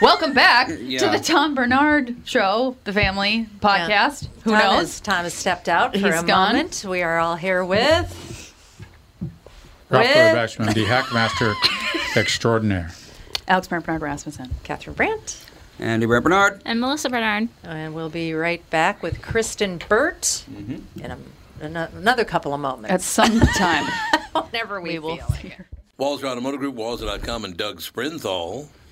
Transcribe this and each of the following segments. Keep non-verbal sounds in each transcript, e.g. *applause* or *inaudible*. Welcome Uh, back to Yeah. the Tom Bernard Show, the family podcast. Who Tom knows? Has, Tom has stepped out for He's a gone. moment. We are all here with. Ralph With- Bashman, the Hackmaster *laughs* Extraordinaire. Alex Bernard Bernard Rasmussen. Catherine Brandt. Andy Bernard. And Melissa Bernard. And we'll be right back with Kristen Burt in a, an- another couple of moments. At some time, *laughs* whenever we, we will. feel Walzer Automotive Group, Walzer.com, and Doug Sprinthal.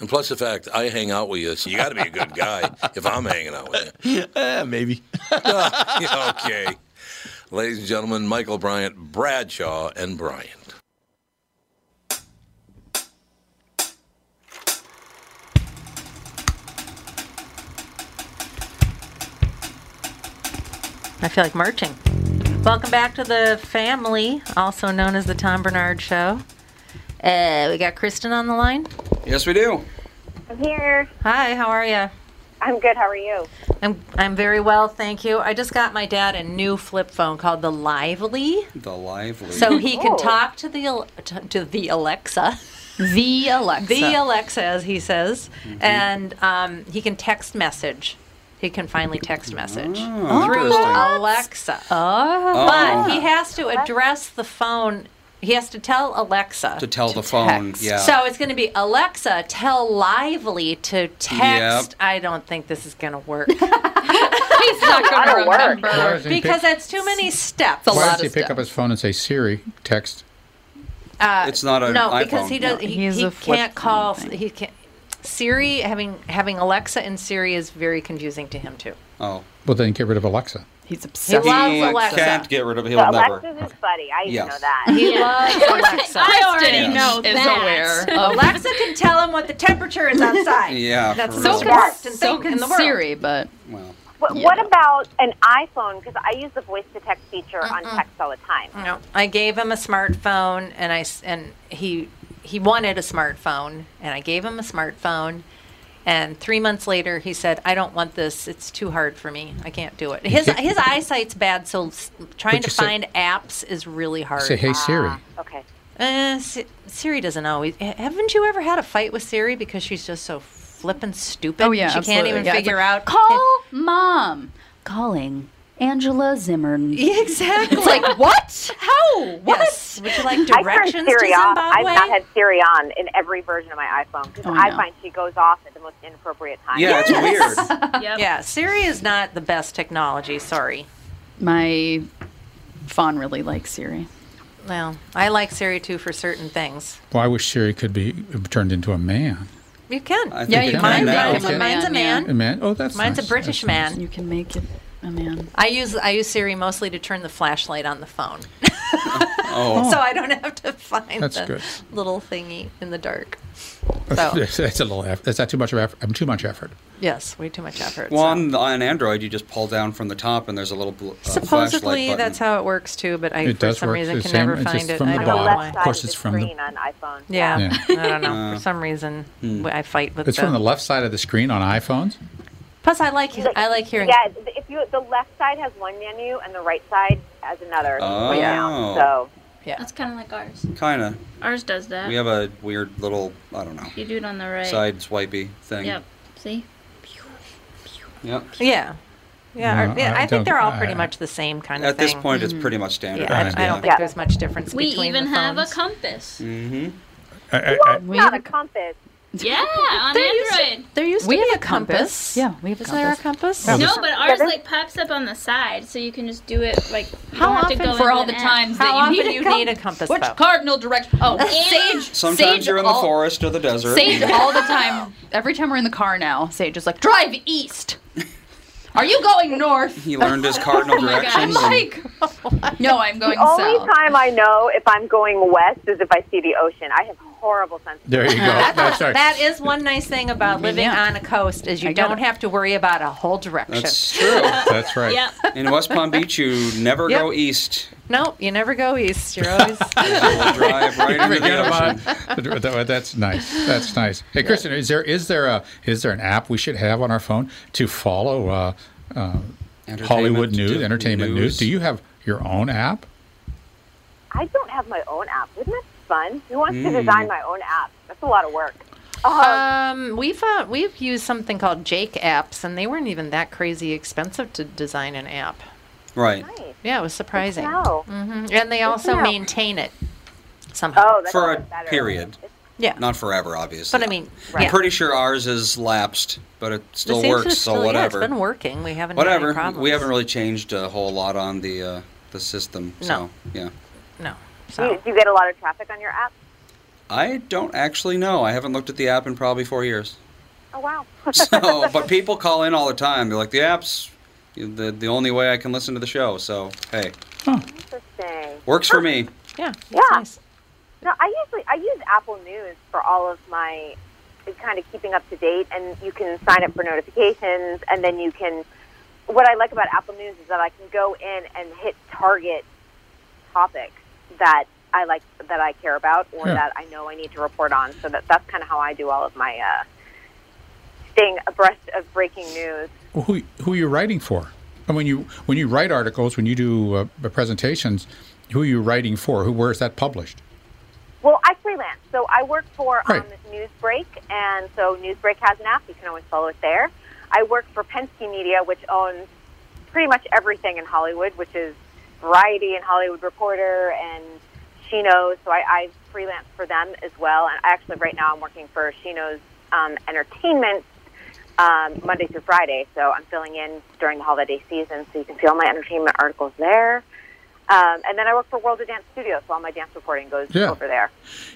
And plus the fact I hang out with you, so you got to be a good guy *laughs* if I'm hanging out with you. Eh, *laughs* maybe. Uh, *laughs* okay. Ladies and gentlemen, Michael Bryant, Bradshaw, and Bryant. I feel like marching. Welcome back to the family, also known as the Tom Bernard Show. Uh, we got Kristen on the line. Yes, we do. I'm here. Hi, how are you? I'm good. How are you? I'm I'm very well, thank you. I just got my dad a new flip phone called the Lively, The lively. so he can Oh. talk to the Al- to to the Alexa. the Alexa. the Alexa, as he says, Mm-hmm. and um, he can text message. He can finally text message Ah, through Alexa. But he has to address the phone. He has to tell Alexa. to tell the phone. text. Yeah. So it's going to be Alexa, tell Lively to text. I don't think this is going to *laughs* work He's not going to That'll work. remember. Why doesn't he pick- because that's too many steps. It's a why lot does he of pick stuff. up his phone and say, Siri, text? it's not an Uh, no, iPhone. because he does. No, he he has he a flip can't phone call. thing. He can't. Siri having having Alexa and Siri is very confusing to him too. Oh. Well, then get rid of Alexa. He's He obsessed. loves He Alexa. can't get rid of he'll So never. Alexa's his buddy. I even Yes. know that. He loves Alexa. already Yes. know is *laughs* that. aware of Alexa can tell him what the temperature is *laughs* outside. Yeah. That's for so real. good. smartest so thing can in the world. Siri, but Well, What, Yeah. what about an iPhone? Because I use the voice to text feature on text all the time. No, I gave him a smartphone, and I s- and he he wanted a smartphone, and I gave him a smartphone. And three months later, he said, "I don't want this. It's too hard for me. I can't do it." His can't- his eyesight's bad, so s- trying But to you say- find apps is really hard. Say, "Hey, Siri." Ah, okay. Uh, Si- Siri doesn't always. ha- Haven't you ever had a fight with Siri because she's just so flippin' stupid? Oh, yeah, she can't absolutely. even Yeah, it's figure like, out. Call mom. Calling Angela Zimmern. *laughs* Exactly. It's like what? How? What? *laughs* Would you like *laughs* I turned Siri off. I've not had Siri on in every version of my iPhone because Oh, I no. find she goes off at the most inappropriate time. weird. Yeah, Siri is not the best technology. Sorry. My fawn really likes Siri. Well, I like Siri too for certain things. Well, I wish Siri could be turned into a man. You can. I think Yeah, you it can Mine- can now. mine's, Okay. mine's a man. A man? Oh, that's mine's nice. a British man. You Oh, can make it a man. I use I use Siri mostly to turn the flashlight on the phone, Oh. *laughs* so I don't have to find That's the good. little thingy in the dark. So *laughs* that's a little effort. That's not too much of effort. I'm too much effort. yes, way too much effort. Well, so. on, on Android, you just pull down from the top, and there's a little bl- uh, flashlight Supposedly button. that's how it works too, but I It for does some work reason the can same, never it's just find it. from I the don't bottom. know why. Of course, it's from the- screen on iPhone. Yeah, Yeah. I don't know. Uh, For some reason, hmm. I fight with It's from them. the left side of the screen on iPhones. Plus, I like I like hearing. Yeah, th- if you the left side has one menu and the right side has another. Oh. right now, so yeah, That's kind of like ours. Kind of. Ours does that. We have a weird little, I don't know, You do it on the right. side swipey thing. Yep. See? Yep. Yeah. Yeah, No, or, yeah I I, don't- think they're all pretty I- much the same kind of At thing. this point, it's pretty much standard. Yeah, I, I don't think there's much difference Mm-hmm. We between even the have a phones. compass. Mm-hmm. It's not a compass. *laughs* Yeah, on Android. *laughs* there used to We be have a compass. Yeah, we have a Is there a compass? No, but ours like pops up on the side, so you can just do it like. you How don't have to often- go for into all an the app. times that How you need often a do you need a compass? compass, Which though? cardinal direction? Oh, and- Sage. Sometimes Sage you're in the all- forest or the desert. Mm-hmm. Sage all the time. Every time we're in the car now, Sage is like, "Drive east." Are you going north? He learned his cardinal *laughs* Oh my God, directions. and- Mike. *laughs* No, Oh, I'm going the only south. time I know if I'm going west is if I see the ocean. I have horrible sense. of *laughs* There you go. That's right. That is one nice thing about living on a coast is you got don't have to worry about a whole direction. *laughs* That's true. That's right. Yep. In West Palm Beach, you never Yep. go east. Nope, you never go east. You're *laughs* always Drive right into Forget the about ocean. it. That- That's nice. That's nice. Hey, Kristen, is there is there a is there an app we should have on our phone to follow uh, uh, Hollywood news, di- entertainment news. news. Do you have your own app? I don't have my own app. Isn't that fun? Who wants to Mm. design my own app? That's a lot of work. Um, we've uh, we've used something called Jake apps, and they weren't even that crazy expensive to design an app. Right. Yeah, it was surprising. know. hmm And they also know. maintain it Oh, somehow. For a period. Yeah. Not forever, obviously. But I mean, I'm pretty sure ours is lapsed, but it It still seems works. to so still- yeah, whatever. it's been working. We haven't had any whatever. problems. we haven't really changed a whole lot on the uh, the system. So No. yeah. No. Do, you, do you get a lot of traffic on your app? I don't actually know. I haven't looked at the app in probably four years. *laughs* Oh wow. So, but people call in all the time. They're like, the app's the the only way I can listen to the show. So hey, Interesting. works for me. Yeah. Yeah. No, I usually I use Apple News for all of my kind of keeping up to date, and you can sign up for notifications, and then you can. What I like about Apple News is that I can go in and hit target topics that I like that I care about or Yeah. that I know I need to report on. So that that's kind of how I do all of my uh, staying abreast of breaking news. Well, who who are you writing for? And when you when you write articles, when you do uh, presentations, who are you writing for? Who where is that published? Well, I freelance, so I work for um, Right. Newsbreak, and so Newsbreak has an app. You can always follow it there. I work for Penske Media, which owns pretty much everything in Hollywood, which is Variety and Hollywood Reporter and Shino. So I, I freelance for them as well. And actually, right now, I'm working for Shino's um, Entertainment um, Monday through Friday. So I'm filling in during the holiday season. So you can see all my entertainment articles there. Um, and then I work for World of Dance Studios, so all my dance reporting goes Yeah. over there.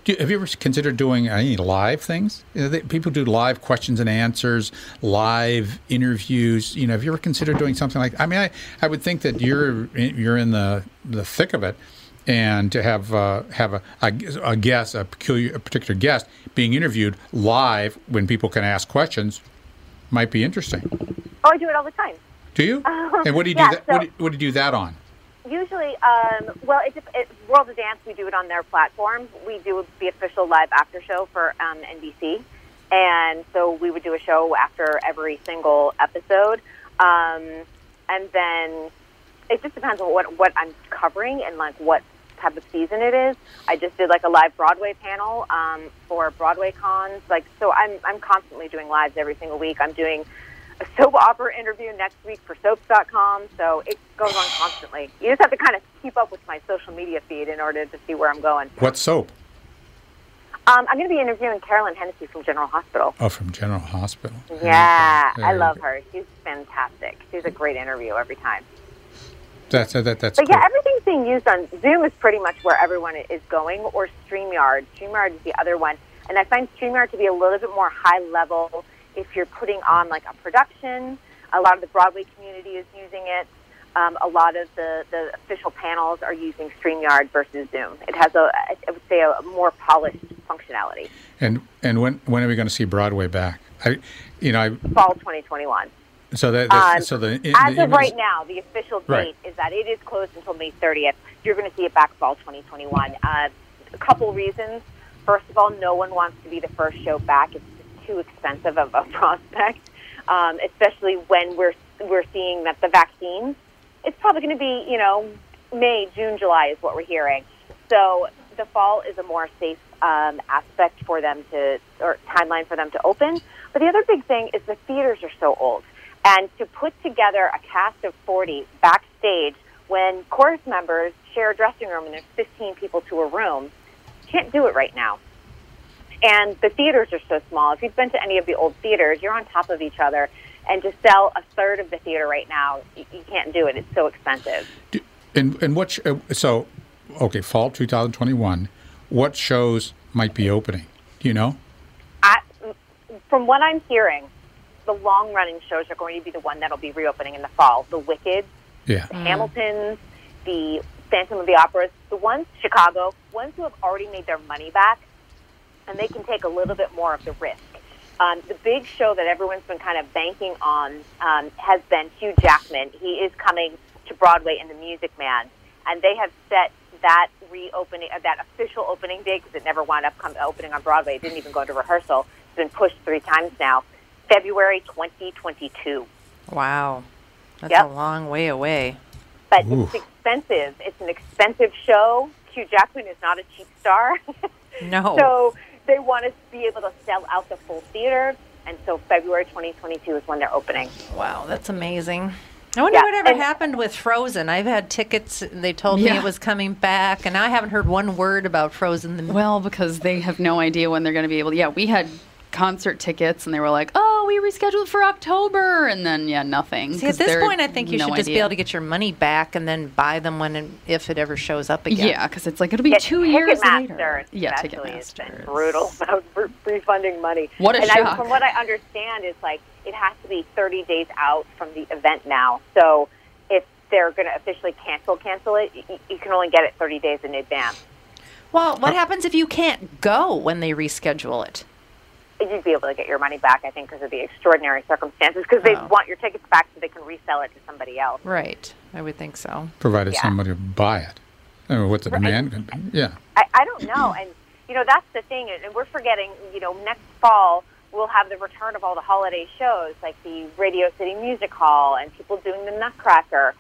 Do, have you ever considered doing any live things? You know, they, people do live questions and answers, live interviews. You know, have you ever considered doing something like? I mean, I, I would think that you're in- you're in the the thick of it, and to have uh, have a, a, a guest, a peculiar, a particular guest being interviewed live when people can ask questions, might be interesting. Oh, I do it all the time. Do you? And what do you do? Uh, Yeah, that, what, so- do, you- what do you do that on? usually, um, well, it, dep- it, World of Dance, we do it on their platform. We do the official live after show for um, NBC. And so we would do a show after every single episode. Um, and then it just depends on what, what I'm covering and like what type of season it is. I just did like a live Broadway panel um, for Broadway cons. Like, so I'm, I'm constantly doing lives every single week. I'm doing a soap opera interview next week for soaps.com. So it goes on constantly. You just have to kind of keep up with my social media feed in order to see where I'm going. What soap? Um, I'm going to be interviewing Carolyn Hennessy from General Hospital. Oh, from General Hospital. Yeah, Okay. I love her. She's fantastic. She's a great interview every time. That's that, that's but yeah, cool. everything's being used on Zoom is pretty much where everyone is going, or StreamYard. StreamYard is the other one, and I find StreamYard to be a little bit more high level if you're putting on like a production. A lot of the Broadway community is using it. Um, a lot of the, the official panels are using StreamYard versus Zoom. It has a, I would say, a more polished functionality. And and when when are we going to see Broadway back? I, you know, I Fall 2021. so that that's- Um, so the As the of right images- now, the official date Right. is that it is closed until May 30th. You're going to see it back fall 2021. Uh, a couple reasons. First of all, no one wants to be the first show back. It's just too expensive of a *laughs* prospect, um, especially when we're we're seeing that the vaccines. It's probably going to be you know May, June, July is what we're hearing. So the fall is a more safe um, aspect for them to, or timeline for them to open. But the other big thing is the theaters are so old. And to put together a cast of 40 backstage when chorus members share a dressing room and there's 15 people to a room, can't do it right now. And the theaters are so small. If you've been to any of the old theaters, you're on top of each other. And to sell a third of the theater right now, you, you can't do it. It's so expensive. and and what sh- uh, so okay fall 2021. What shows might be opening? Do you know? I, from what I'm hearing, the long running shows are going to be the one that'll be reopening in the fall. The Wicked, Yeah. the Hamiltons, the Phantom of the Operas, the ones Chicago, ones who have already made their money back, and they can take a little bit more of the risk. Um, the big show that everyone's been kind of banking on um, has been Hugh Jackman. He is coming to Broadway in The Music Man, and they have set that reopening, uh, that official opening date because it never wound up come, opening on Broadway. It didn't even go into rehearsal. It's been pushed three times now. February 2022. Wow. That's Yep. a long way away. But Oof. it's expensive. It's an expensive show. Hugh Jackman is not a cheap star. *laughs* No. So they want to be able to sell out the full theater. And so February 2022 is when they're opening. Wow, that's amazing. I wonder Yeah, whatever and- happened with Frozen. I've had tickets. and They told me Yeah. it was coming back, and I haven't heard one word about Frozen. The Well, because they have no idea when they're going to be able to. Yeah, we had concert tickets and they were like, oh, we rescheduled for October. And then, yeah, nothing. See, 'cause at this they're- point, I think you no should just be idea. able to get your money back and then buy them when and if it ever shows up again. Yeah, because it's like it'll be two years later. Yeah, especially has been brutal about re- refunding money. What a and I, shock. from what I understand is like it has to be 30 days out from the event now. So if they're going to officially cancel, cancel it, you, you can only get it 30 days in advance. Well, what happens if you can't go when they reschedule it? You'd be able to get your money back, I think, because of the extraordinary circumstances. Because they want your tickets back so they can resell it to somebody else. Right. I would think so. Provided Yeah. somebody will buy it. I mean, what the demand could be. Yeah. I, I don't know. And, you know, that's the thing. And we're forgetting, you know, next fall we'll have the return of all the holiday shows like the Radio City Music Hall and people doing the Nutcracker.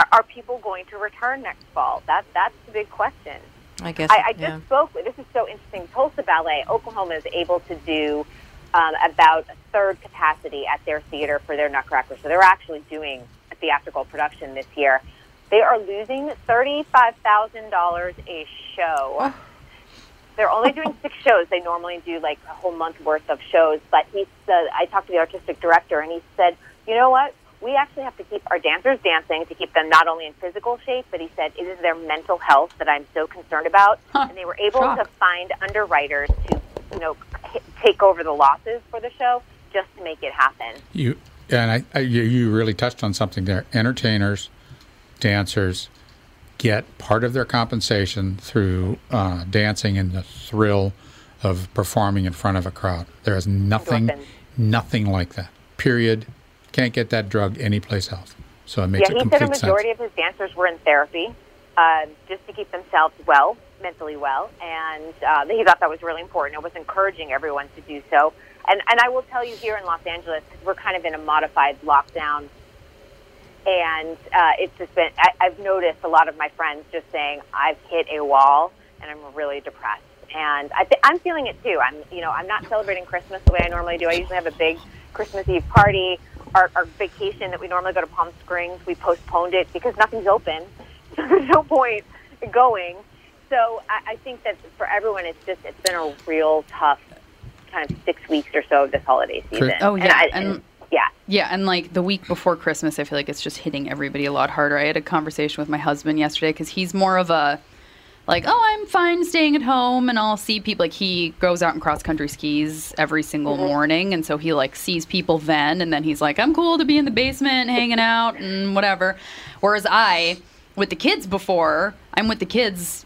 Are, are people going to return next fall? That, that's the big question. I guess. I, I just yeah. spoke with, this is so interesting. Tulsa Ballet, Oklahoma is able to do um, about a third capacity at their theater for their Nutcracker. So they're actually doing a theatrical production this year. They are losing $35,000 a show. They're only doing six shows. They normally do like a whole month worth of shows. But he said, I talked to the artistic director and he said, you know what? We actually have to keep our dancers dancing to keep them not only in physical shape, but he said, it is their mental health that I'm so concerned about. and they were able Shock. to find underwriters to, you know, h- take over the losses for the show just to make it happen. You and I, I you, you really touched on something there. Entertainers, dancers get part of their compensation through uh, dancing and the thrill of performing in front of a crowd. There is nothing, Endorphins. nothing like that. Period. Can't get that drug anyplace else. So it makes yeah, he a said a complete sense. majority of his dancers were in therapy um, just to keep themselves well, mentally well, and uh, he thought that was really important. It was encouraging everyone to do so. And and I will tell you here in Los Angeles, we we're kind of in a modified lockdown, and uh, it's just been I, I've noticed a lot of my friends just saying I've hit a wall and I'm really depressed. And I th- I'm feeling it too. I'm, you know, I'm not celebrating Christmas the way I normally do. I usually have a big Christmas Eve party. Our, our vacation that we normally go to Palm Springs, we postponed it because nothing's open. *laughs* So there's no point going. So I, I think that for everyone, it's just it's been a real tough kind of six weeks or so of this holiday season. Oh yeah, and, I, and, yeah, yeah, and like the week before Christmas, I feel like it's just hitting everybody a lot harder. I had a conversation with my husband yesterday because he's more of a like, oh, I'm fine staying at home, and I'll see people. Like he goes out and cross country skis every single Mm-hmm. morning, and so he like sees people then, and then he's like, I'm cool to be in the basement hanging out and whatever. Whereas I, with the kids before, I'm with the kids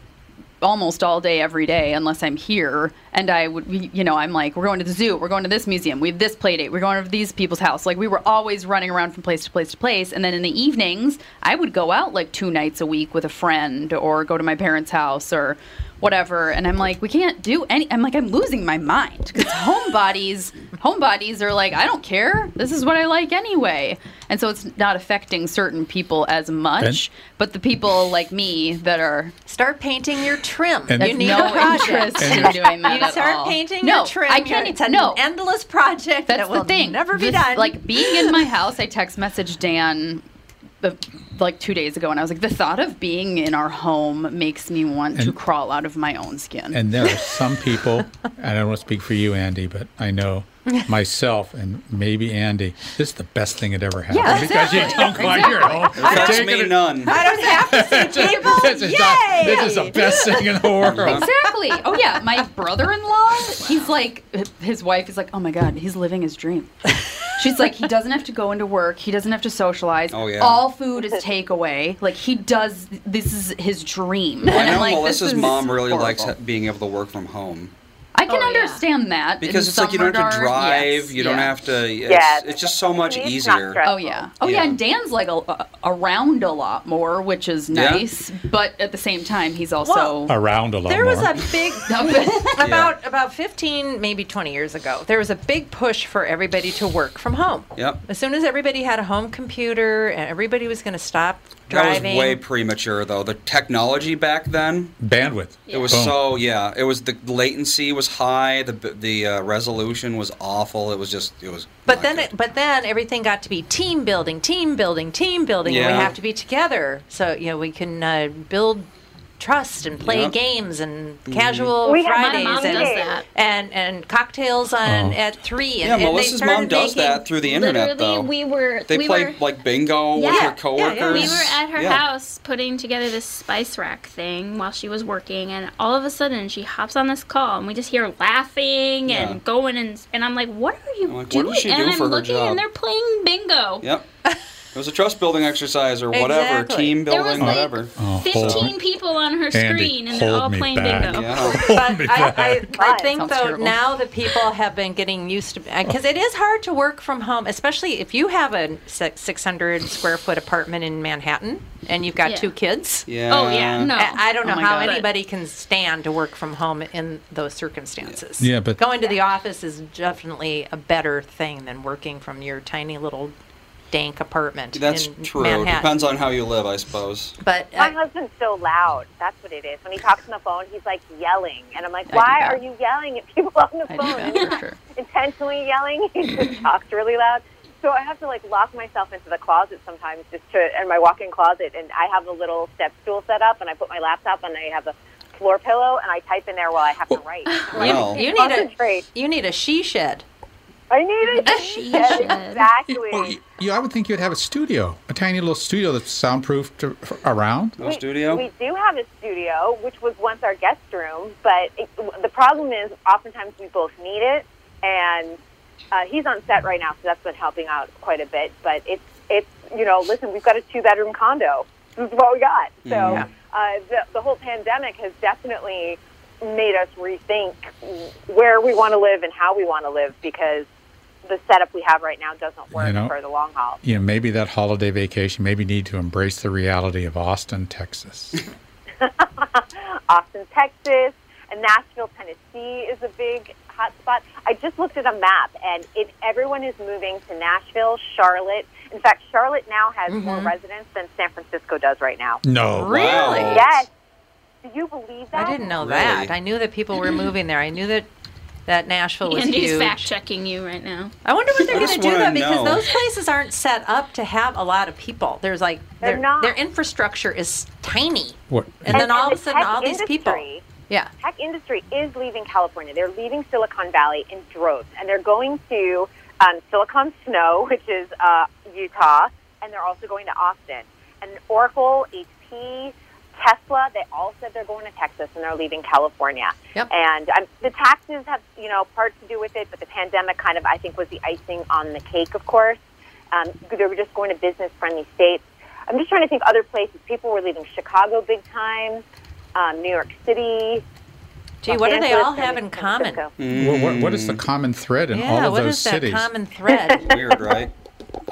almost all day every day unless I'm here and I would we- you know I'm like we're going to the zoo we're going to this museum we have this play date we're going to these people's house like we were always running around from place to place to place and then in the evenings I would go out like two nights a week with a friend or go to my parents house or whatever and I'm like we can't do any I'm like I'm losing my mind because homebodies *laughs* homebodies are like I don't care this is what I like anyway and so it's not affecting certain people as much but the people like me that are start painting your trim. And- you need No a project. interest in And- doing that You at start all. painting No, your trim. I can't- It's an no. endless project That's that will the thing. never be This- done. Like being in my house, I text messaged Dan the, like two days ago, and I was like, the thought of being in our home makes me want to And- crawl out of my own skin. And there are *laughs* some people, and I don't want to speak for you, Andy, but I know myself and maybe Andy, this is the best thing that ever happened. Yeah, because *laughs* you exactly. don't go out here at home. Exactly. I don't- You're taking me it- none. I don't have to see people. *laughs* this, is not, this is the best thing in the world. Exactly. Oh yeah, my brother-in-law. He's like, his wife is like, oh my god, he's living his dream. She's like, he doesn't have to go into work. He doesn't have to socialize. Oh, yeah. All food is takeaway. Like he does. This is his dream. I And I'm know like, this Melissa's is mom really horrible. likes ha- being able to work from home I can understand that in because it's like you some don't have to regard. drive. Yes, you don't yeah. have to. It's, Yeah, it's just so much easier. Oh yeah. Oh yeah. And Dan's like a, a- around a lot more, which is Yeah. nice. But at the same time, he's also Around a lot There was more. a *laughs* big about about 15 maybe 20 years ago. There was a big push for everybody to work from home. Yep. As soon as everybody had a home computer and everybody was going to stop That was driving. way premature, though. The technology back then, bandwidth. It was Boom. so yeah. It was the latency was high. The b- the uh, resolution was awful. It was just it was. But then, it, but then everything got to be team building, team building, team building. and Yeah. we have to be together, so you know we can uh, build trust and play Yep. games and Mhm. casual We have- My Fridays mom and, does that. and and cocktails on at three. And, Oh. yeah, and they Melissa's started mom does making- that through the internet Literally, though. we were. they we play were, like bingo with her coworkers. We were at her Yeah. house putting together this spice rack thing while she was working, and all of a sudden she hops on this call, and we just hear laughing Yeah. and going, and and I'm like, "What are you I'm like, what doing?" does she and do I'm for her looking, job? and they're playing bingo. Yep. It was a trust building exercise or whatever, Exactly. team There building, was, like, whatever. Oh, Fifteen people on her Andy, screen, and they're hold all me playing back. bingo. Yeah. But I, I, I think Sounds though terrible. now that people have been getting used to because it is hard to work from home, especially if you have a six hundred square foot apartment in Manhattan and you've got Yeah. two kids. Yeah. Oh, yeah, no. I, I don't Oh know my how God. anybody can stand to work from home in those circumstances. Yeah, but- going to the office is definitely a better thing than working from your tiny little dank apartment. That's in true. Manhattan. Depends on how you live, I suppose. But my husband's so loud. That's what it is. When he talks on the phone, he's like yelling, and I'm like, I do "Why that. are you yelling at people on the I do *laughs* phone?" that, And he's for not sure. intentionally yelling. *laughs* He just talks really loud. So I have to like lock myself into the closet sometimes, just to in my walk-in closet, and I have a little step stool set up, and I put my laptop, and I have a floor pillow, and I type in there while I have to write. I'm like, You, you need a you need a she shed. I need a she shed. *laughs* Exactly. You, I would think you'd have a studio, a tiny little studio that's soundproofed ar- around. we, We do have a studio, which was once our guest room, but it, the problem is oftentimes we both need it, and uh, he's on set right now, so that's been helping out quite a bit. But it's it's you know, listen, we've got a two bedroom condo. This is what we got. So Yeah. uh, the, the whole pandemic has definitely made us rethink where we want to live and how we want to live because the setup we have right now doesn't work You know- for the long haul. *laughs* You know, maybe that holiday vacation, maybe you need to embrace the reality of Austin, *laughs* Texas. Austin, Texas, and Nashville, Tennessee is a big hot spot. I just looked at a map, and it, everyone is moving to Nashville, Charlotte. In fact, Charlotte now has more residents than San Francisco does right now. No. Really? Wow. Yes. Do you believe that? I didn't know Really? that. I knew that people were moving there. I knew that that Nashville was Andy's huge. fact checking you right now. I wonder what they're I going just to do wanna though, because know. those places aren't set up to have a lot of people. There's like They're their, not. their infrastructure is tiny, What? and, then all of a the sudden, tech all these people. industry- Yeah. Tech industry is leaving California. They're leaving Silicon Valley in droves, and they're going to um, Silicon Snow, *laughs* which is uh, Utah, and they're also going to Austin. And Oracle, HP, Tesla, they all said they're going to Texas and they're leaving California. Yep. And um, the taxes have, you know, part to do with it, but the pandemic kind of, I think, was the icing on the cake, of course. Um, they were just going to business friendly states. I'm just trying to think other places. People were leaving Chicago big time, um, New York City. Gee, Los what do they Angeles, all San have in Francisco. common? What- what- what Mm. is the common thread in all Yeah, of what those is that cities? *laughs* common thread? *laughs* Weird, right?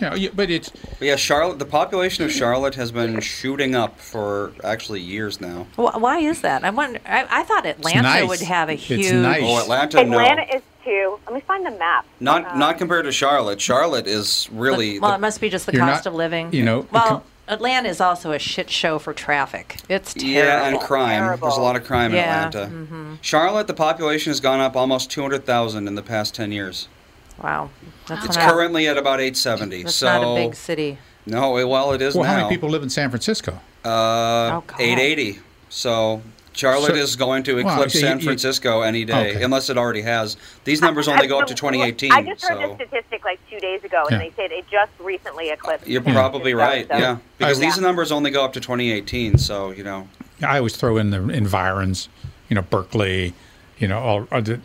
Yeah, you- but it's But yeah, Charlotte. The population of Charlotte has been shooting up for actually years now. Wh- Why is that? I wonder. I, I thought Atlanta nice. would have a It's huge. nice. Oh, Atlanta, no. Atlanta is too. Let me find the map. Not Uh, not compared to Charlotte. Charlotte is really. Well, the- it must be just the You're cost not- of living. you know, Well, Atlanta is also a shit show for traffic. It's terrible. yeah, and crime. There's a lot of crime in Yeah, Mm-hmm. Atlanta. Charlotte, the population has gone up almost 200,000 in the past 10 years. Wow, that's It's not, currently at about 870. that's so not a big city. No, it- well, it is well, now. how many people live in San Francisco? Uh, Oh, God. 880. So Charlotte So- is going to Wow, eclipse so you- San you- Francisco any day, Okay. unless it already has. These numbers only go up to 2018. I just heard so this statistic like two days ago, Yeah. and they said it just recently eclipsed. you're San probably Francisco, right. so- Yeah, because I- these numbers only go up to 2018. So you know, I always throw in the environs, you know, Berkeley, you know, all, all the,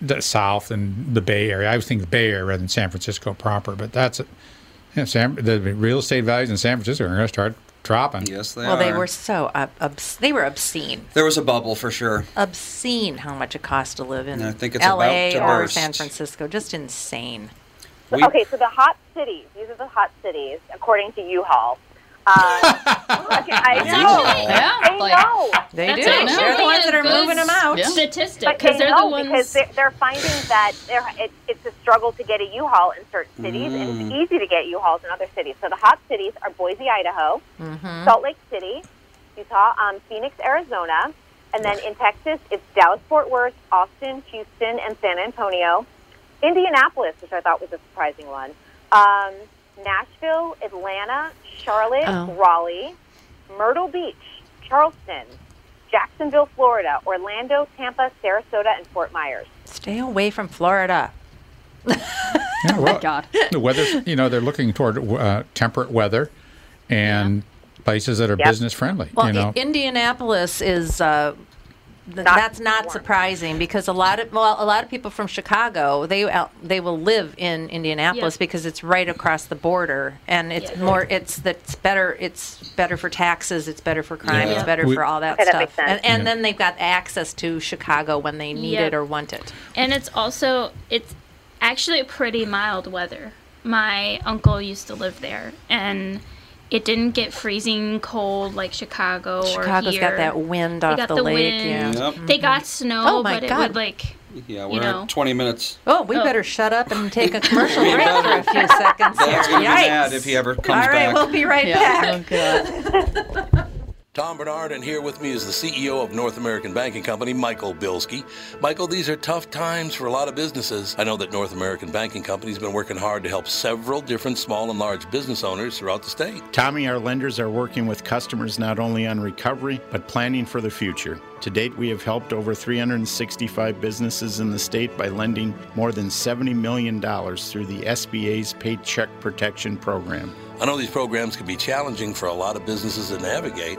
the South and the Bay Area. I always think the Bay Area rather than San Francisco proper, but that's it. You know, San, the real estate values in San Francisco are going to start dropping. Yes, well, they were so ob- obs- they were obscene, there was a bubble for sure. obscene how much it costs to live in And I think it's L.A. about to or burst. San Francisco. Just insane. So- okay, so the hot cities. These are the hot cities according to U-Haul. *laughs* Um, okay, I It's know. actually- yeah, I like- know. They That's do. actually They're the ones a that are good moving 'em out. Yeah. Statistic, But because they they're know the ones. because they're, they're finding that they're, it, it's a struggle to get a U-Haul in certain cities, and Mm. it's easy to get U-Hauls in other cities. So the hot cities are Boise, Idaho, Mm-hmm. Salt Lake City, Utah, um, Phoenix, Arizona, and then in Texas, it's Dallas, Fort Worth, Austin, Houston, and San Antonio. Indianapolis, which I thought was a surprising one. Um, Nashville, Atlanta, Charlotte, Oh. Raleigh, Myrtle Beach, Charleston, Jacksonville, Florida, Orlando, Tampa, Sarasota, and Fort Myers. Stay away from Florida. Yeah, well, God. *laughs* The weather's, you know, they're looking toward uh, temperate weather and places that are Yep. business friendly. Well, you I- know, Indianapolis is. Uh, th- that's not surprising because a lot of well, a lot of people from Chicago they out- they will live in Indianapolis Yeah. because it's right across the border and it's Yeah. more it's that's better it's better for taxes it's better for crime Yeah. it's better We- for all that Okay, that stuff makes sense. and, and Yeah. then they've got access to Chicago when they need Yeah. it or want it. And it's also it's actually pretty mild weather. My uncle used to live there, and it didn't get freezing cold like Chicago Chicago's or here. got that wind They off got the, lake. wind. Yeah. Yep. They got snow, Oh, my but it God. would like Yeah, You we're know. at 20 minutes. Oh, we Oh. better shut up and take *laughs* a commercial break for a few seconds. That's here. gonna be mad if he ever comes All right, back. we'll be right back. Tom Bernard, and here with me is the CEO of North American Banking Company, Michael Bilski. Michael, these are tough times for a lot of businesses. I know that North American Banking Company's been working hard to help several different small and large business owners throughout the state. Tommy, our lenders are working with customers not only on recovery, but planning for the future. To date, we have helped over 365 businesses in the state by lending more than $70 million through the SBA's Paycheck Protection Program. I know these programs can be challenging for a lot of businesses to navigate.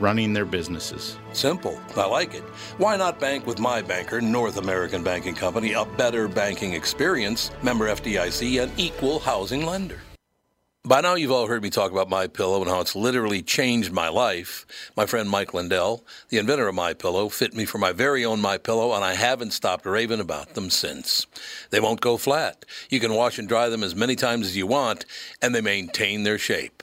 running their businesses. Simple. I like it. Why not bank with my banker, North American Banking Company, a better banking experience, member FDIC, an equal housing lender? By now, you've all heard me talk about My Pillow and how it's literally changed my life. My friend Mike Lindell, the inventor of My Pillow, fit me for my very own My Pillow, and I haven't stopped raving about them since. They won't go flat. You can wash and dry them as many times as you want, and they maintain their shape.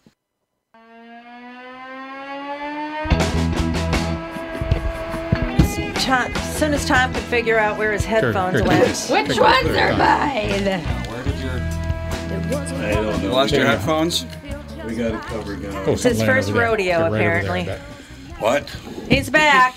Tom, as soon as Tom could figure out where his headphones Sure, sure. went. Which Figure out ones where are mine? Where did your I don't know. You lost your headphones? We got it covered now. It's his first rodeo, apparently. What? He's back.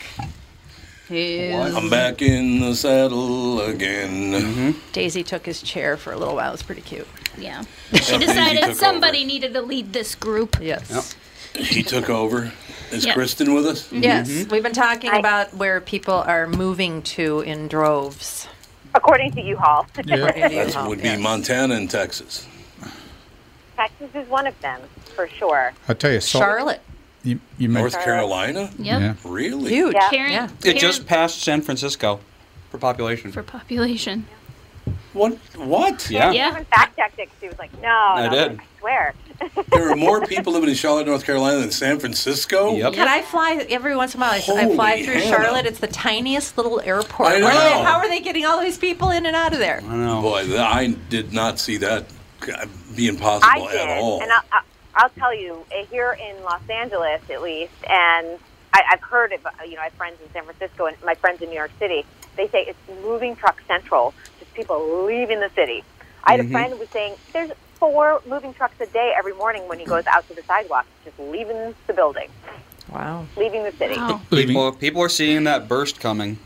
I'm back in the saddle again. Mm-hmm. Daisy took his chair for a little while. It was pretty cute. Yeah. Daisy She decided took somebody needed to lead this group. Yes. He took over. Is Yep. Kristen with us? Yes, Mm-hmm. we've been talking about where people are moving to in droves. According to U-Haul. Mm-hmm. *laughs* That would be Montana and Texas. Texas is one of them, for sure. I'll tell you, Salt- Charlotte. You, you North mentioned- Carolina? Yep. Yeah. Really? Huge. Yeah. Karen, It just passed San Francisco for population. for population. What? What? Yeah. She even fact checked it 'cause she was like, no. I and was did. like, I swear. There are more people living in Charlotte, North Carolina than San Francisco? Yep. Can I fly every once in a while? I, I fly Holy through hell. Charlotte. It's the tiniest little airport. I Where are they- know. how are they getting all these people in and out of there? I know. Boy, th- I did not see that be I impossible did, at all. and I'll, I'll- I'll tell you uh, here in Los Angeles, at least, and I, I've heard of uh, you know I have friends in San Francisco and my friends in New York City. They say it's moving truck central, just people leaving the city. I had Mhm. Mm-hmm. a friend who was saying there's four moving trucks a day every morning when he goes out to the sidewalk, just leaving the building, Wow. leaving the city. People, people are seeing that burst coming,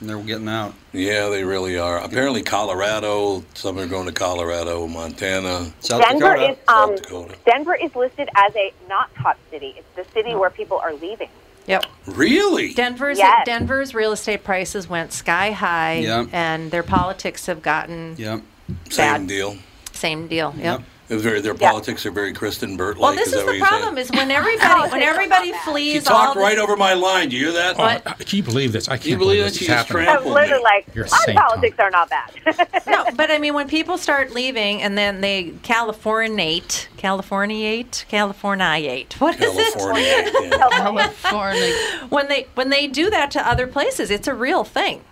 and they're getting out. yeah, they really are. Apparently, Colorado. Some are going to Colorado, Montana, South Denver is um, Dakota. Denver is listed as a not hot city. It's the city where people are leaving. Yep. Really? Denver's Yes. Denver's real estate prices went sky high, Yep. and their politics have gotten Yep. Same Bad. deal. same deal. Yep. They're Very, their politics are very Kristen Burt like. Well, this is is, that what the you're problem: is when everybody when everybody Saying? She flees all talked the right *laughs* over my line. Do you hear that? What? Oh, I can you believe this? I can't you believe, believe that this she is just happening. I was literally like, You're a our saint, Tom. politics are not bad. no, but I mean, when people start leaving and then they Californiate, Californiate, Californiate. What is California. it? when they when they do that to other places, it's a real thing.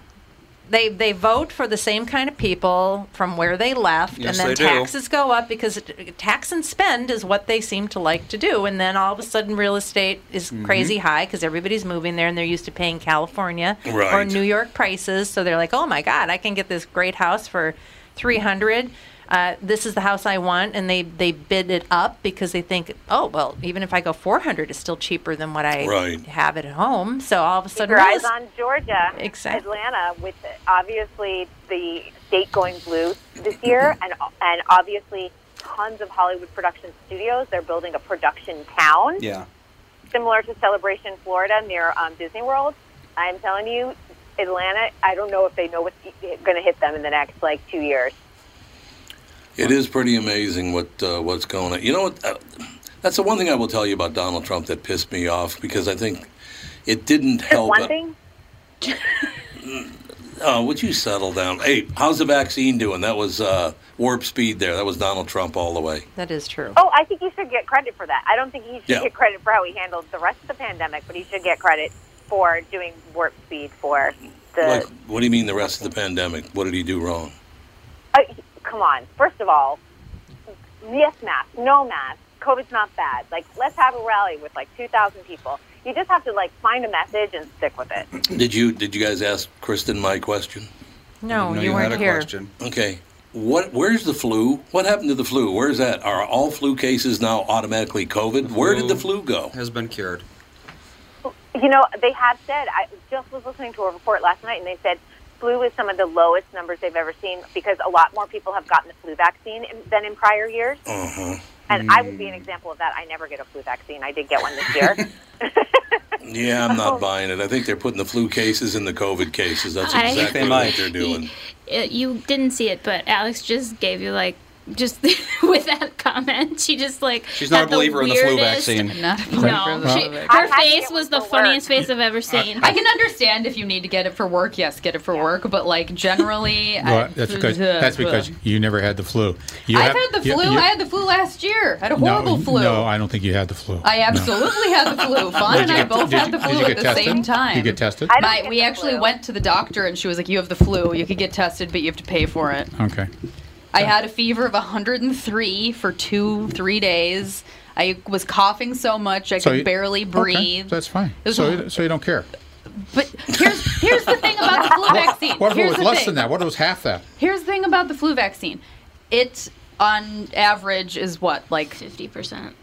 They they vote for the same kind of people from where they left, and Yes, then they do. taxes go up because t- tax and spend is what they seem to like to do. And then all of a sudden, real estate is crazy Mhm. high because everybody's moving there and they're used to paying California or Right. New York prices. So they're like, oh my God, I can get this great house for 300. Uh, this is the house I want, and they, they bid it up because they think, oh well, even if I go 400, it's still cheaper than what I Right. have at home. So all of a Keep sudden, your real eyes estate- on Georgia, Exactly. Atlanta, with obviously the state going blue this year, and and obviously tons of Hollywood production studios. They're building a production town, Yeah. similar to Celebration Florida near um, Disney World. I'm telling you, Atlanta. I don't know if they know what's going to hit them in the next like two years. It is pretty amazing what uh, what's going on. You know what? Uh, that's the one thing I will tell you about Donald Trump that pissed me off because I think it didn't Just help. one thing. Oh, would you settle down? Hey, how's the vaccine doing? That was uh, warp speed there. That was Donald Trump all the way. That is true. Oh, I think he should get credit for that. I don't think he should Yeah. get credit for how he handled the rest of the pandemic, but he should get credit for doing warp speed for the. Like, what do you mean the rest of the pandemic? What did he do wrong? Uh, come on. First of all, yes, mask, no mask. COVID's not bad. Like, let's have a rally with like 2,000 people. You just have to like find a message and stick with it. Did you did you guys ask Kristen my question? No, Oh, you, weren't here. Okay. What? Where's the flu? What happened to the flu? Where's that? Are all flu cases now automatically COVID? Where did the flu go? Has been cured. You know, they have said, I just was listening to a report last night, and they said flu is some of the lowest numbers they've ever seen because a lot more people have gotten the flu vaccine in, than in prior years. Uh-huh. And I would be an example of that. I never get a flu vaccine. I did get one this year. Yeah, *laughs* I'm not buying it. I think they're putting the flu cases in the COVID cases. That's I- exactly what They might. they're doing. It- you didn't see it, but Alex just gave you like just *laughs* with that comment. She just like She's not had a believer in the flu weirdest- vaccine. Not a believer in *laughs* No, the she, flu vaccine. her I had to face was the funniest face I've ever seen. I can understand if you need to get it for work. Yes, get it for work. But like *laughs* generally, I- Well, that's because that's because you never had the flu. You I've have- had the you- flu. you- I had the flu last year. I had a No, horrible flu. No, I don't think you had the flu. I absolutely had the *laughs* flu. Fawn Did and you I get- both did had you- the did flu you at get the tested? same time. You get tested? I don't My, we actually went to the doctor and she was like, "You have the flu. You could get tested, but you have to pay for it." Okay. I had a fever of 103 for two, three days. I was coughing so much I So could you- barely okay, breathe. that's fine. It was- So, you- so you don't care. Here's the thing about the flu vaccine. What if it Here's was the less thing. than that? What if it was half that? Here's the thing about the flu vaccine. It, on average, is what like Uh, fifty percent.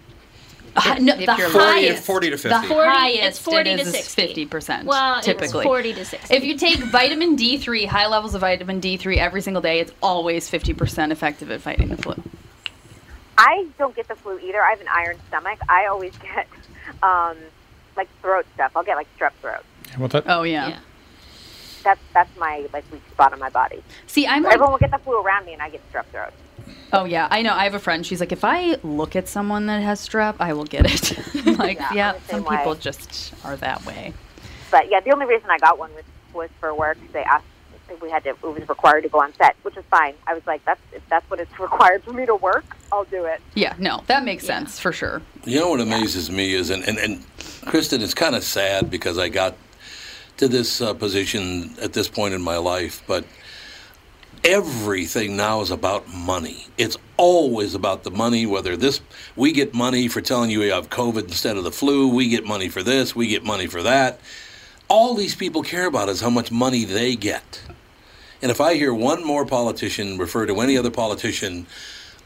no, If the you're lucky. highest, 40 to 50. The 40 highest it's 40 it to is, is 60. fifty percent. Well, it's typically 40 to 60. If you *laughs* take vitamin D three, high levels of vitamin D three every single day, it's always fifty percent effective at fighting the flu. I don't get the flu either. I have an iron stomach. I always *laughs* get um, like throat stuff. I'll get like strep throat. oh yeah. That's that's my like weak spot on my body. See, I'm everyone will get the flu around me, and I get strep throat. Oh yeah, I know. I have a friend. She's like, if I look at someone that has strep, I will get it. *laughs* *laughs* I'm like, yeah, some way. people just are that way. But yeah, the only reason I got one was was for work. They asked if we had to. It was required to go on set, which is fine. I was like, that's if that's what it's *laughs* required for me to work. I'll do it. Yeah, no, that makes sense for sure. You know what amazes me is, and, and, and Kristen, it's kind of sad because I got to this uh, position at this point in my life, but everything now is about money. It's always about the money, whether this, we get money for telling you you have COVID instead of the flu, we get money for this, we get money for that. All these people care about is how much money they get. And if I hear one more politician refer to any other politician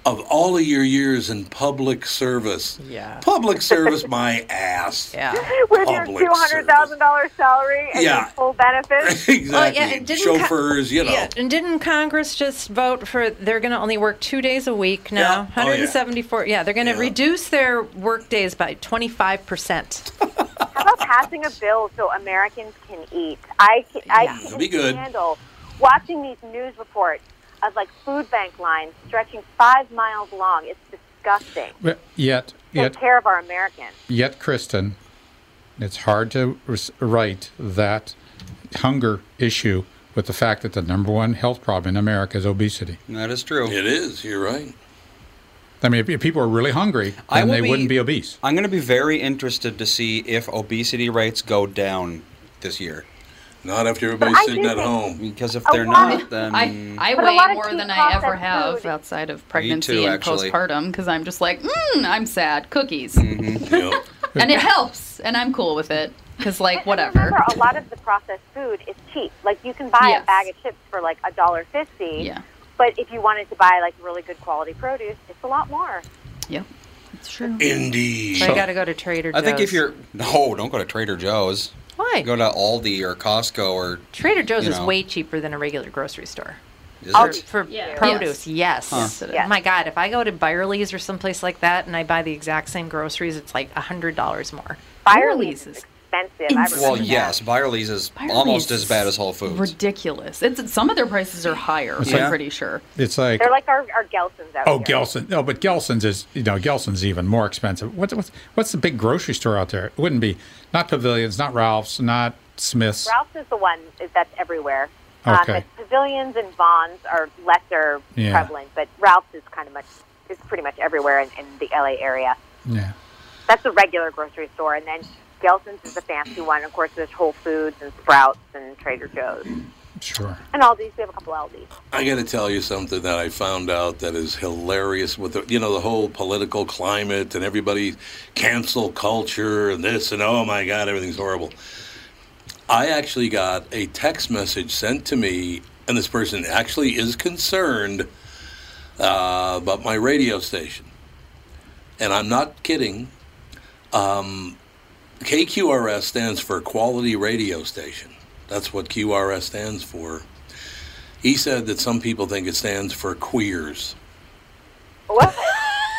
of all of your years in public service, Yeah. public service my ass. Yeah. *laughs* With your Public two hundred thousand dollars salary and your Yeah. full *laughs* benefits. Exactly. Well, yeah, and didn't Chauffeurs, Con- you know. Yeah, and didn't Congress just vote for they're going to only work two days a week now? Yeah. Oh, yeah. 174. Yeah, they're going to Yeah. reduce their work days by 25 percent. How about passing a bill so Americans can eat? I can, I Yeah. can That'd be good. handle watching these news reports of like food bank lines stretching five miles long. It's disgusting. But yet, Take yet, care of our Americans. yet, Kristen, it's hard to res- write that hunger issue with the fact that the number one health problem in America is obesity. *laughs* That is true. It is. You're right. I mean, if, if people are really hungry, I then will they wouldn't be obese. I'm going to be very interested to see if obesity rates go down this year. Not after everybody's But I sitting do at think- home. Because if A they're lot not, of- then I, I But a lot weigh of more cheap than I ever processed have food. outside of pregnancy too, and actually. Hmm. postpartum because I'm just like, mm, I'm sad. Cookies. Yep. *laughs* and it helps, and I'm cool with it because, like, whatever. Remember, a lot of the processed food is cheap. Like you can buy Yes. a bag of chips for like a dollar fifty. Yeah. But if you wanted to buy like really good quality produce, it's a lot more. Yep, it's true. Indeed. So I got to go to Trader I Joe's. think if you're no, don't go to Trader Joe's. Why? Go to Aldi or Costco or Trader Joe's you is know. way cheaper than a regular grocery store. Is for, it? for Yeah. produce, yes. Huh. Yes, it is. My God, if I go to Byerly's or someplace like that and I buy the exact same groceries, it's like hundred dollars more. Byerly's is expensive. I Well, remember that. yes, Byerly's is Byerly's almost as bad as Whole Foods. Ridiculous. It's some of their prices are higher. It's I'm like- pretty sure. It's like, They're like our, our Gelsons out oh, here. Gelson. No, but Gelson's is, you know, Gelson's even more expensive. What's, what's, what's the big grocery store out there? It wouldn't be, not Pavilions, not Ralph's, not Smith's. Ralph's is the one that's everywhere. Um, Okay. like pavilions and Vons are lesser Yeah. prevalent, but Ralph's is kind of much is pretty much everywhere in, in the LA area. Yeah. That's a regular grocery store, and then Gelson's is a fancy one. Of course, there's Whole Foods and Sprouts and Trader Joe's. Sure. And Aldi's. We have a couple Aldi's. I got to tell you something that I found out that is hilarious with the, you know the whole political climate and everybody cancel culture and this and oh my god everything's horrible. I actually got a text message sent to me, and this person actually is concerned uh, about my radio station, and I'm not kidding. Um, KQRS stands for Quality Radio Station. That's what QRS stands for. He said that some people think it stands for queers. What?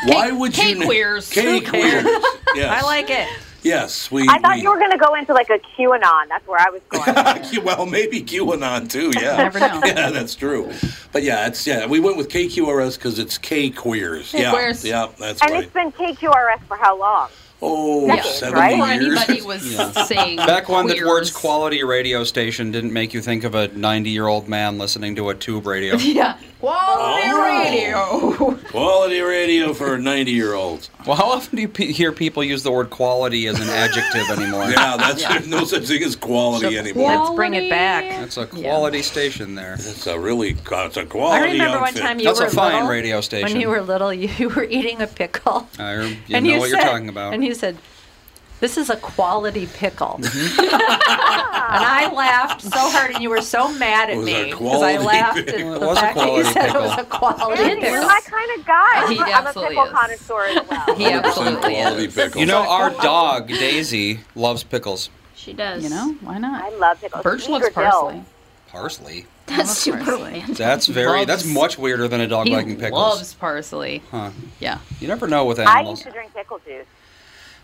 Why would you? na- K queers. *laughs* yes. I like it. Yes, we. I thought we- *laughs* you were going to go into like a QAnon. That's where I was going. Q- well, maybe QAnon too. Yeah, Never know. *laughs* Yeah, that's true. But yeah, it's yeah. We went with KQRS because it's K queers. K Yeah, queers. yeah, that's and right. it's been KQRS for how long? Oh, Decades, seven right? years. saying Back when the words quality radio station didn't make you think of a 90 year old man listening to a tube *laughs* radio. yeah. Quality Oh. radio. Quality radio for 90 year olds. Well, how often do you pe hear people use the word quality as an adjective anymore? *laughs* Yeah, that's there's no such thing as quality anymore. Let's bring it back. That's a quality station there. It's a really it's a I quality. remember one time you that's were a fine little, radio station. When you were little, you, *laughs* you were eating a pickle. I rem- you know what said- you're talking about. And you said, "This is a quality pickle," *laughs* and Mm-hmm. I laughed so hard, and you were so mad at It was a me because I quality laughed pickle. at It the was a fact that you quality said it pickle. was a quality You're pickle. my kind of guy. He I'm a absolutely pickle is. connoisseur as well. He absolutely quality is. pickles. You know, our dog, Daisy, loves pickles. She does. You know, why not? I love pickles. Birch loves Eager dill. parsley. Parsley? That's super random. That's very, that's Loves- much weirder than a dog he liking pickles. loves parsley. Huh. Yeah. You never know with I animals. used to drink pickle juice.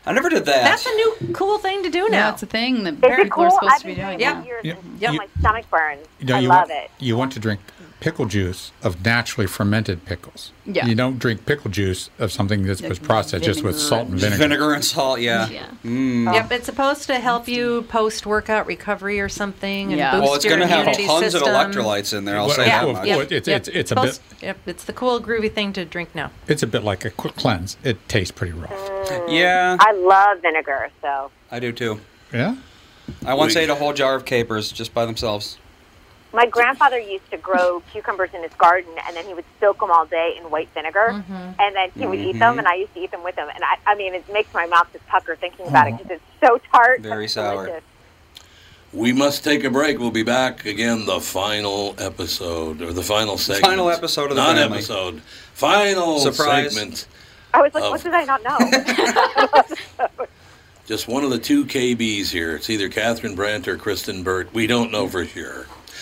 I never did that. That's a new cool thing to do now. That's a thing that Is people it are cool? supposed I've to be been doing. doing Yeah. it years. Yeah. and Yeah. my stomach burns. You know, I you love want, it. You want to drink pickle juice of naturally fermented pickles. Yeah. You don't drink pickle juice of something that was processed just with salt and vinegar. Vinegar and salt, yeah. Yeah. Mm. Yep, it's supposed to help you post workout recovery or something. And Yeah. boost Well, it's your going to have immunity tons system. of electrolytes in there. I'll Well, say yeah. that Of much. course, it's- it's- it's a bit- Post- Yep, it's the cool groovy thing to drink now. It's a bit like a quick cleanse. It tastes pretty rough. Yeah, I love vinegar, so I do too. Yeah. I once ate a whole jar of capers just by themselves. My grandfather used to grow *laughs* cucumbers in his garden, and then he would soak them all day in white vinegar, and then he would eat Mm-hmm. them, and I used to eat them with him. And I, I mean, it makes my mouth just pucker thinking about Oh. it because it's so tart. Very but sour. delicious. We must take a break. We'll be back again. The final episode or the final segment. final episode of the not family. episode. Final Surprise. segment. I was like, Of- what did I not know? Just one of the two KBs here. It's either Catherine Brandt or Kristen Burt. We don't know for sure.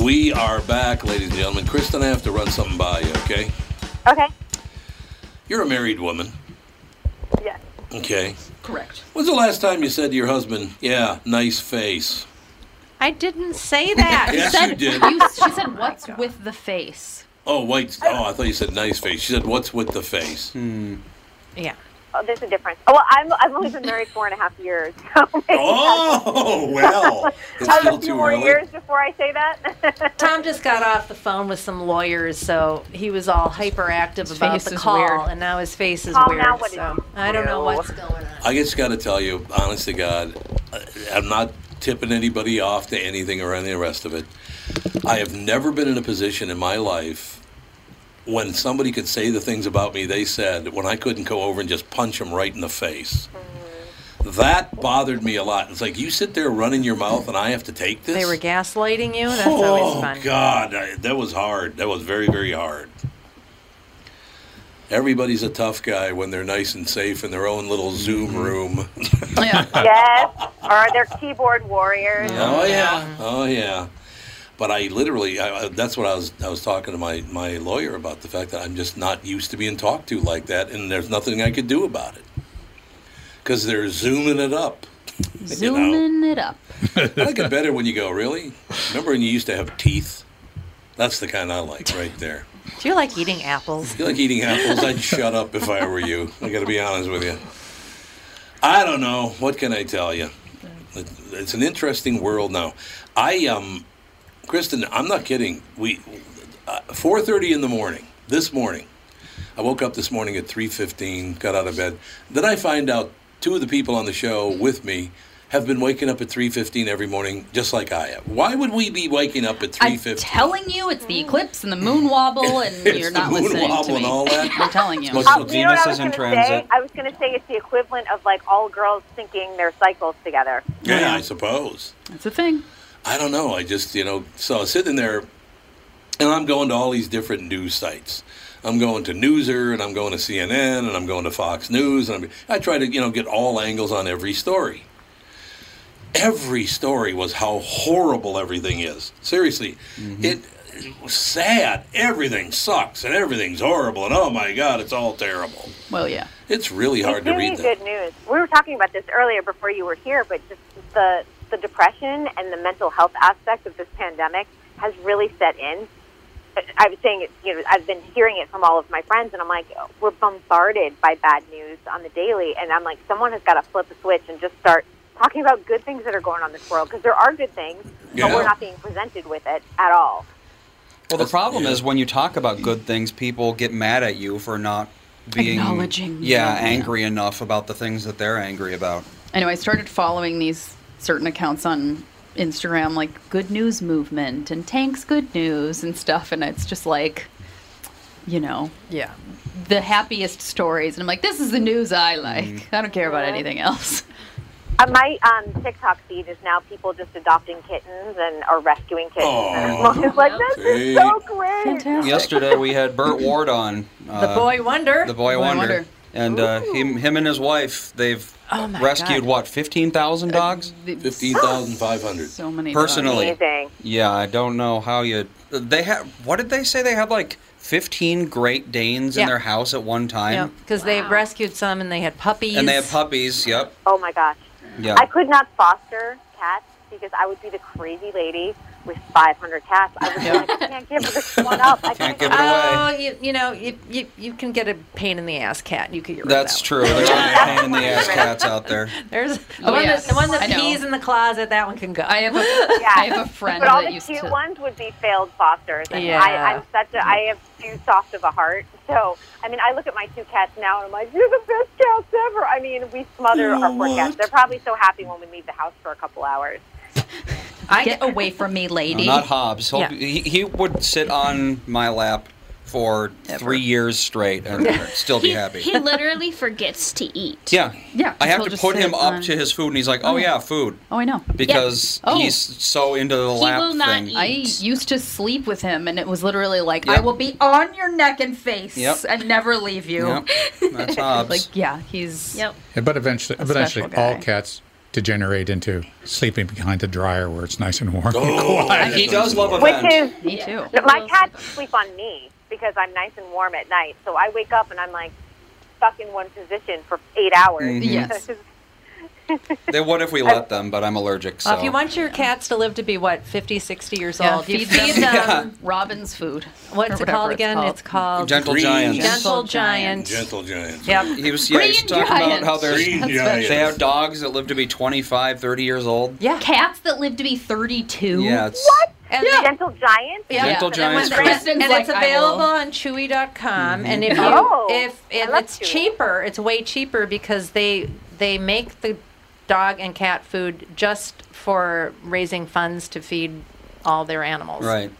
We are back, ladies and gentlemen. Kristen, I have to run something by you, okay? okay. You're a married woman, Yes. okay? Correct. When's the last time you said to your husband, yeah, nice face? I didn't say that. *laughs* Yes, you did. Oh she said, "What's with the face?" Oh, wait. Oh, I thought you said nice face. She said, what's with the face? Hmm. Yeah. Oh, there's a difference. Oh, well, I'm, I've only been married four and a half years. *laughs* So maybe Oh, *laughs* well. It's I have still a few too more early. years before I say that. *laughs* Tom just got off the phone with some lawyers, so he was all hyperactive about face the is call, weird. and now his face is Paul, weird. now what did so you I don't know do? what's going on. I just got to tell you, honest to God, I- I'm not tipping anybody off to anything or any of the rest of it. I have never been in a position in my life when somebody could say the things about me they said when I couldn't go over and just punch them right in the face. That bothered me a lot. It's like you sit there running your mouth and I have to take this. They were gaslighting you. That's oh always *laughs* fun. God, I, that was hard. That was very very hard. Everybody's a tough guy when they're nice and safe in their own little Zoom room. *laughs* yes. Or they're keyboard warriors. Oh yeah, oh yeah. But I literally, I, I- that's what I was. I was talking to my my lawyer about the fact that I'm just not used to being talked to like that, and there's nothing I could do about it because they're zooming it up. *laughs* Zooming it up. I like it better when you go. Really? Remember when you used to have teeth? That's the kind I like right there. Do you like eating apples? You like eating apples? I'd shut up if I were you. I got to be honest with you. I don't know. What can I tell you? It- It's an interesting world now. I um, Kristen, I'm not kidding. We, uh, 4:30 in the morning this morning. I woke up this morning at 3:15. Got out of bed. Then I find out two of the people on the show with me have been waking up at 3:15 every morning, just like I am. Why would we be waking up at 3:15? Telling you it's Mm. the eclipse and the moon *laughs* wobble, and It's you're the not moon listening wobble to me. and all that. *laughs* I'm telling you. It's like you know what Venus I was is in gonna transit. Say? I was going to say it's the equivalent of like all girls syncing their cycles together. Yeah, I suppose. That's a thing. I don't know. I just, you know, so I was sitting there and I'm going to all these different news sites. I'm going to Newser and I'm going to CNN and I'm going to Fox News and I'm, I try to, you know, get all angles on every story. Every story was how horrible everything is. Seriously, Mm-hmm. it, it was sad. Everything sucks and everything's horrible and oh my God, it's all terrible. Well, yeah. It's really hard we to do read need that. good news. We were talking about this earlier before you were here, but just the the depression and the mental health aspect of this pandemic has really set in. I- I was saying, it, you know, I've been hearing it from all of my friends, and I'm like, we're bombarded by bad news on the daily, and I'm like, someone has got to flip a switch and just start talking about good things that are going on in this world because there are good things, but Yeah. we're not being presented with it at all. Well, the problem is when you talk about good things, people get mad at you for not being Acknowledging. Yeah, Yeah. angry enough about the things that they're angry about. Anyway, I started following these certain accounts on Instagram, like Good News Movement and Tanks Good News and stuff, and it's just like, you know, Yeah. the happiest stories. And I'm like, this is the news I like. Mm. I don't care about anything else. Uh, my um, TikTok feed is now people just adopting kittens and are rescuing kittens. and it's like, this is so great. Yesterday we had Burt Ward on. *laughs* uh, uh, the boy wonder. The boy, wonder. And uh, him, him and his wife, they've Oh my rescued God. Uh, what fifteen thousand dogs. Fifteen thousand five hundred. So many Personally, Amazing. yeah, I don't know how you. They had what did they say? They had like fifteen Great Danes Yeah. in their house at one time, Yeah, because they rescued some and they had puppies. and they *laughs* had puppies. Yep, Oh my gosh. yeah. I could not foster cats because I would be the crazy lady with 500 cats. I would be like, I can't give this one up. I can't give it Oh, you, you know, you, you, you can get a pain in the ass cat. You could get rid of That's *laughs* true. There are pain in the ass cats out there. that. There's the *laughs* Oh, one yes. that, the one that I know. pees in the closet. That one can go. I have *laughs* a, Yeah. *laughs* I have a friend But all that the used cute to. ones would be failed fosters, and Yeah. I, I'm such a I have too soft of a heart. So I mean, I look at my two cats now, and I'm like, you're the best cats ever. I mean, we smother our poor cats. They're probably so happy when we leave the house for a couple hours. I get away from me, No, lady. not Hobbs. He'll- Yeah. He, he would sit on my lap for three years straight and still be he, happy. *laughs* He literally forgets to eat. yeah. Yeah, I have he'll to just put him sit up on- to his food, and he's like, "Oh, yeah, food," Oh, I know. because Yeah. Oh. he's so into the He lap will not thing. I used to sleep with him, and it was literally like, Yep. I will be on your neck and face Yep. and never leave you. Yep. *laughs* That's Hobbs. like, yeah, he's. Yep. Yeah, but eventually, A but eventually, special all guy. cats degenerate into sleeping behind the dryer where it's nice and warm. Oh, and quiet. he does love Which is events. Me too. No, my cats sleep on me because I'm nice and warm at night. So I wake up and I'm like stuck in one position for eight hours. *laughs* Mhm. Yes. They would if we let them, but I'm allergic. So Well, if you want your cats to live to be what 50, 60 years Yeah, old, you feed feed them. them *laughs* Robin's food. or What's it whatever called it's again? called. It's called Gentle Green Giants. Gentle Giant. Gentle giants. Yep. He was, yeah, he was Green talking giants. about how there's Green That's giants. they have dogs that live to be 25, 30 years old. Yeah. Cats that live to be 32. Yeah, it's What? And Gentle giant? Yeah. Gentle And then Giants when- Kristen's And, like, it's I will. available Mm-hmm. on Chewy.com. And if you, Oh, if and I love it's Chewy. cheaper, it's way cheaper because they they make the dog and cat food just for raising funds to feed all their animals. Right.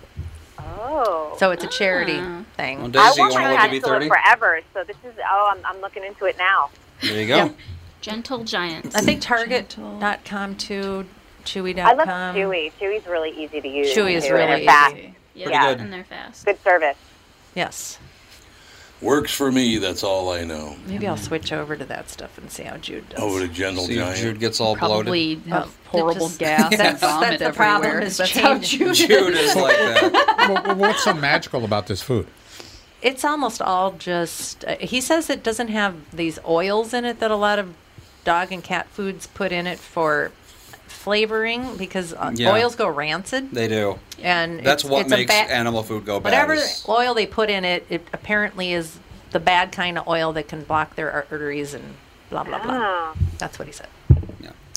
Oh. So it's a charity Ah. Ah. thing. Well, Daisy, I want you my wanna live to cat be to live 30? forever, so this is, oh, I'm, I'm looking into it now. There you go. Gentle giants. I think Target.com too, Chewy.com. I love Chewy. Chewy's really easy to use. Chewy is too, and really they're fast. easy. Yeah, Yeah. and they're fast. Good service. Yes. Works for me. That's all I know. Maybe I'll switch over to that stuff and see how Jude does. Over to Gentle See if Giant. Jude gets all Mm-hmm. Probably have Oh, horrible just- gas and that's- vomit that's the everywhere. problem is That's how Jude changing. *laughs* Jude is like that. *laughs* Well, well, what's so magical about this food? It's almost all just. Uh, he says it doesn't have these oils in it that a lot of dog and cat foods put in it for flavoring because uh, Yeah. oils go rancid. They do. And it's- That's what it's a makes bad- animal food go bad. Whatever is- oil they put in it, it apparently is the bad kind of oil that can block their arteries and blah blah blah. That's what he said.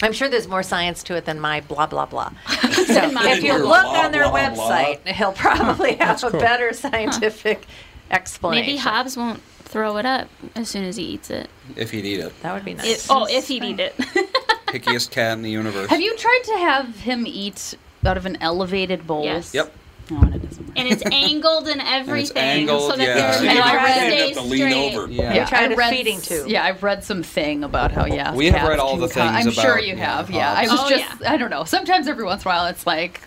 I'm sure there's more science to it than my blah blah *laughs* blah. So if you Your look blah, on their blah, website, he'll probably have a better scientific explanation. Maybe Hobbs won't throw it up as soon as he eats it. If he'd eat it. That would be If- oh, if he'd eat it. Pickiest cat in the universe. Have you tried to have him eat out of an elevated bowl? Yes. Yep. and *laughs* it's angled and everything. angled, so that yeah. they're- And it I always read- stays You have to lean straight. over. Yeah. Yeah, You tried I a read feeding tube. Yeah, I've read some thing about how yeah. We have cats read all can the co- things I'm sure about, you yeah, have. Yeah, I hogs. was Oh, just I don't know. Sometimes every once in a while it's like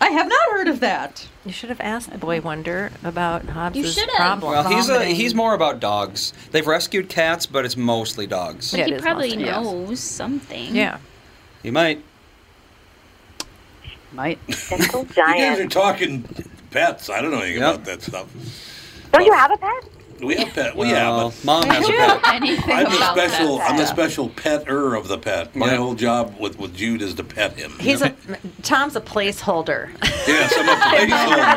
I have not heard of that. You should have asked the boy wonder about Hobbs' You should've. problem. Well, he's a, he's more about dogs. They've rescued cats, but it's mostly dogs. But he probably knows something. He might. Might. Gentle *laughs* You guys are Giant. talking pets. I don't know anything about that stuff. Don't you Um, have a pet? We have pet. Well, yeah, Well, but Mom has um, a pet. Anything I'm the about that special. I'm the stuff. special petter of the pet. My Yeah. whole job with, with Jude is to pet him. He's a Tom's a placeholder. yes, I'm a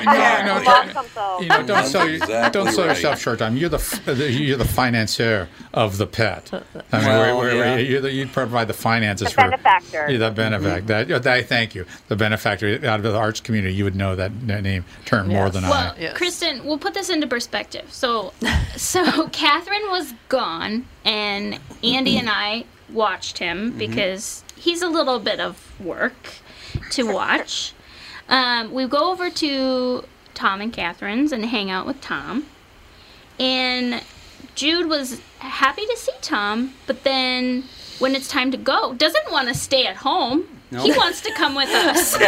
placeholder. no, exactly. You know, don't sell, your, Exactly don't sell right. yourself short, Tom. You're the, f- the you're the financier of the pet. I mean, Well, we're, we're, yeah. you're the, you provide the finances The for benefactor. Mm-hmm. You're the benefactor. That, yeah, that- thank you, the benefactor out of the arts community. You would know that n- name term more than Well, I. Kristen, we'll put this into perspective. So, *laughs* so Catherine was gone, and Andy and I watched him Mm-hmm. Mhm. because he's a little bit of work to watch. Um, we go over to Tom and Catherine's and hang out with Tom, and Jude was happy to see Tom, but then when it's time to go, doesn't want to stay at home. He Nope. wants to *laughs* come with us. *laughs*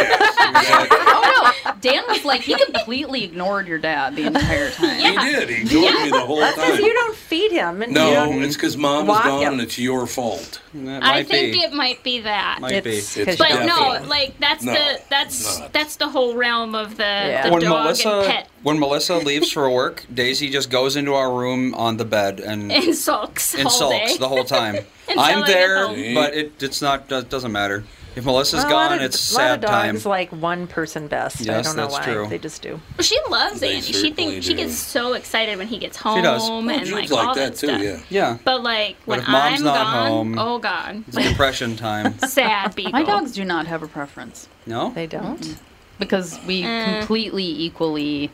oh no. Dan was like he completely ignored your dad the entire *laughs* time. He did. He ignored me the whole That's 'cause time. you don't feed him. And you *laughs* No, don't- it's because mom is Walk gone him. and it's your fault. I think it might be that. Might be. It's- It's but no, definitely like that's not. the that's Not. that's the whole realm of the, the When dog and Melissa pet when Melissa leaves for work, *laughs* Daisy just goes into our room on the bed and *laughs* and sulks Mm. and all sulks day. the whole *laughs* time. Until I I'm get there, home. but it, it's not do- doesn't matter. If Melissa's Well, a lot gone, of- it's a lot sad of dogs time. like one person best. I Yes, don't know that's why. true. They just do. Well, she loves They Andy. She certainly thinks she do. gets so excited when he gets home She does. and Well, like, Jude's all that, stuff. Yeah. But like But when if mom's I'm not gone, home- oh god, It's depression time. *laughs* sad beagle. My dogs do not have a preference. No? They don't. Because we Uh. completely equally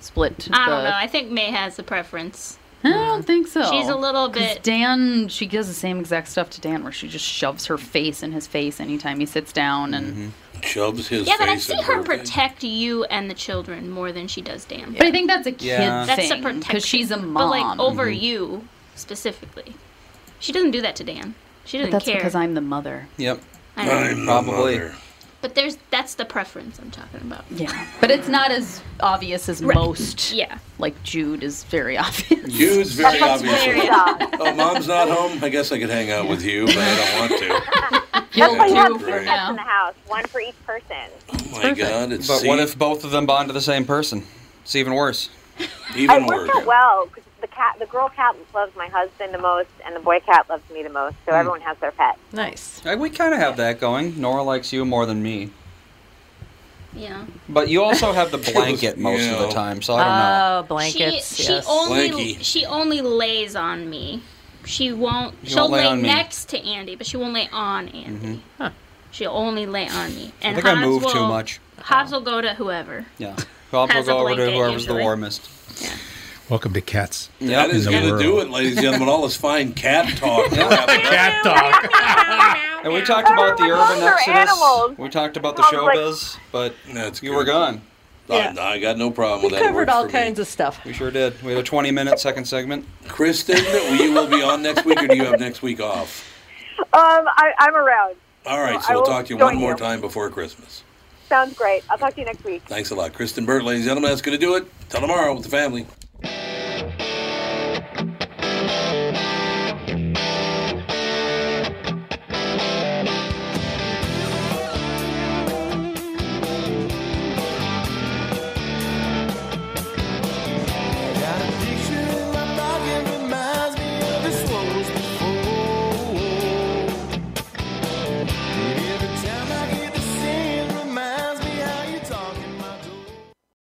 split. I don't the- know. I think May has a preference. I don't think so. She's a little 'Cause bit- Dan, she does the same exact stuff to Dan, where she just shoves her face in his face anytime he sits down, and Mm-hmm. Shoves his yeah, but I face see in her her face. protect you and the children more than she does Dan. But I think that's a kid Yeah. That's thing a protection. because she's a mom. But like over Mm-hmm. you specifically, she doesn't do that to Dan. She But doesn't that's care. because I'm the mother. Yep. I know. I'm the Probably. But there's that's the preference I'm talking about. Yeah, but it's not as obvious as most. Yeah, like Jude is very *laughs* obvious. Jude's very obviously. That's Oh, mom's not home. I guess I could hang out with you, but I don't want to. That's why you have Two two for pets now. in the house, one for each person. Oh my God! It's but what see, if both of them bond to the same person? It's even worse. *laughs* I worked out well because the cat, the girl cat, loves my husband the most, and the boy cat loves me the most. So Hmm. everyone has their pet. Nice. Uh, We kind of have that going. Nora likes you more than me, yeah. but you *laughs* also have the blanket most of the Yeah. time. So I don't know. Oh, blankets. She, she yes. only Blankie. she only lays on me. She won't. She She will won't lay lay, on me. next to Andy, but she won't lay on Andy. Mm-hmm. She'll only lay on me. And think I Hobbs move will, too much. Hobbs will go to whoever. Yeah. Bob will Has a go over to blanket whoever's the usually. warmest. Welcome to cats. Yeah, that in is the going to world. do it, ladies and *laughs* gentlemen. All this fine cat talk. cat talk. And we talked about the urban Those are exodus. animals. We talked about the I was like- showbiz, but you were gone. Yeah. I got no problem with that. It covered worked all for me. kinds of stuff. We sure did. We had a 20 minute second segment. Kristen, you will be on next week, or do you have next week off? Um, I, I'm around. All right, I so we'll will talk to you join one more you. time before Christmas. Sounds great. I'll talk to you next week. Thanks a lot, Kristen Burt, ladies and gentlemen. That's going to do it. Till tomorrow with the family.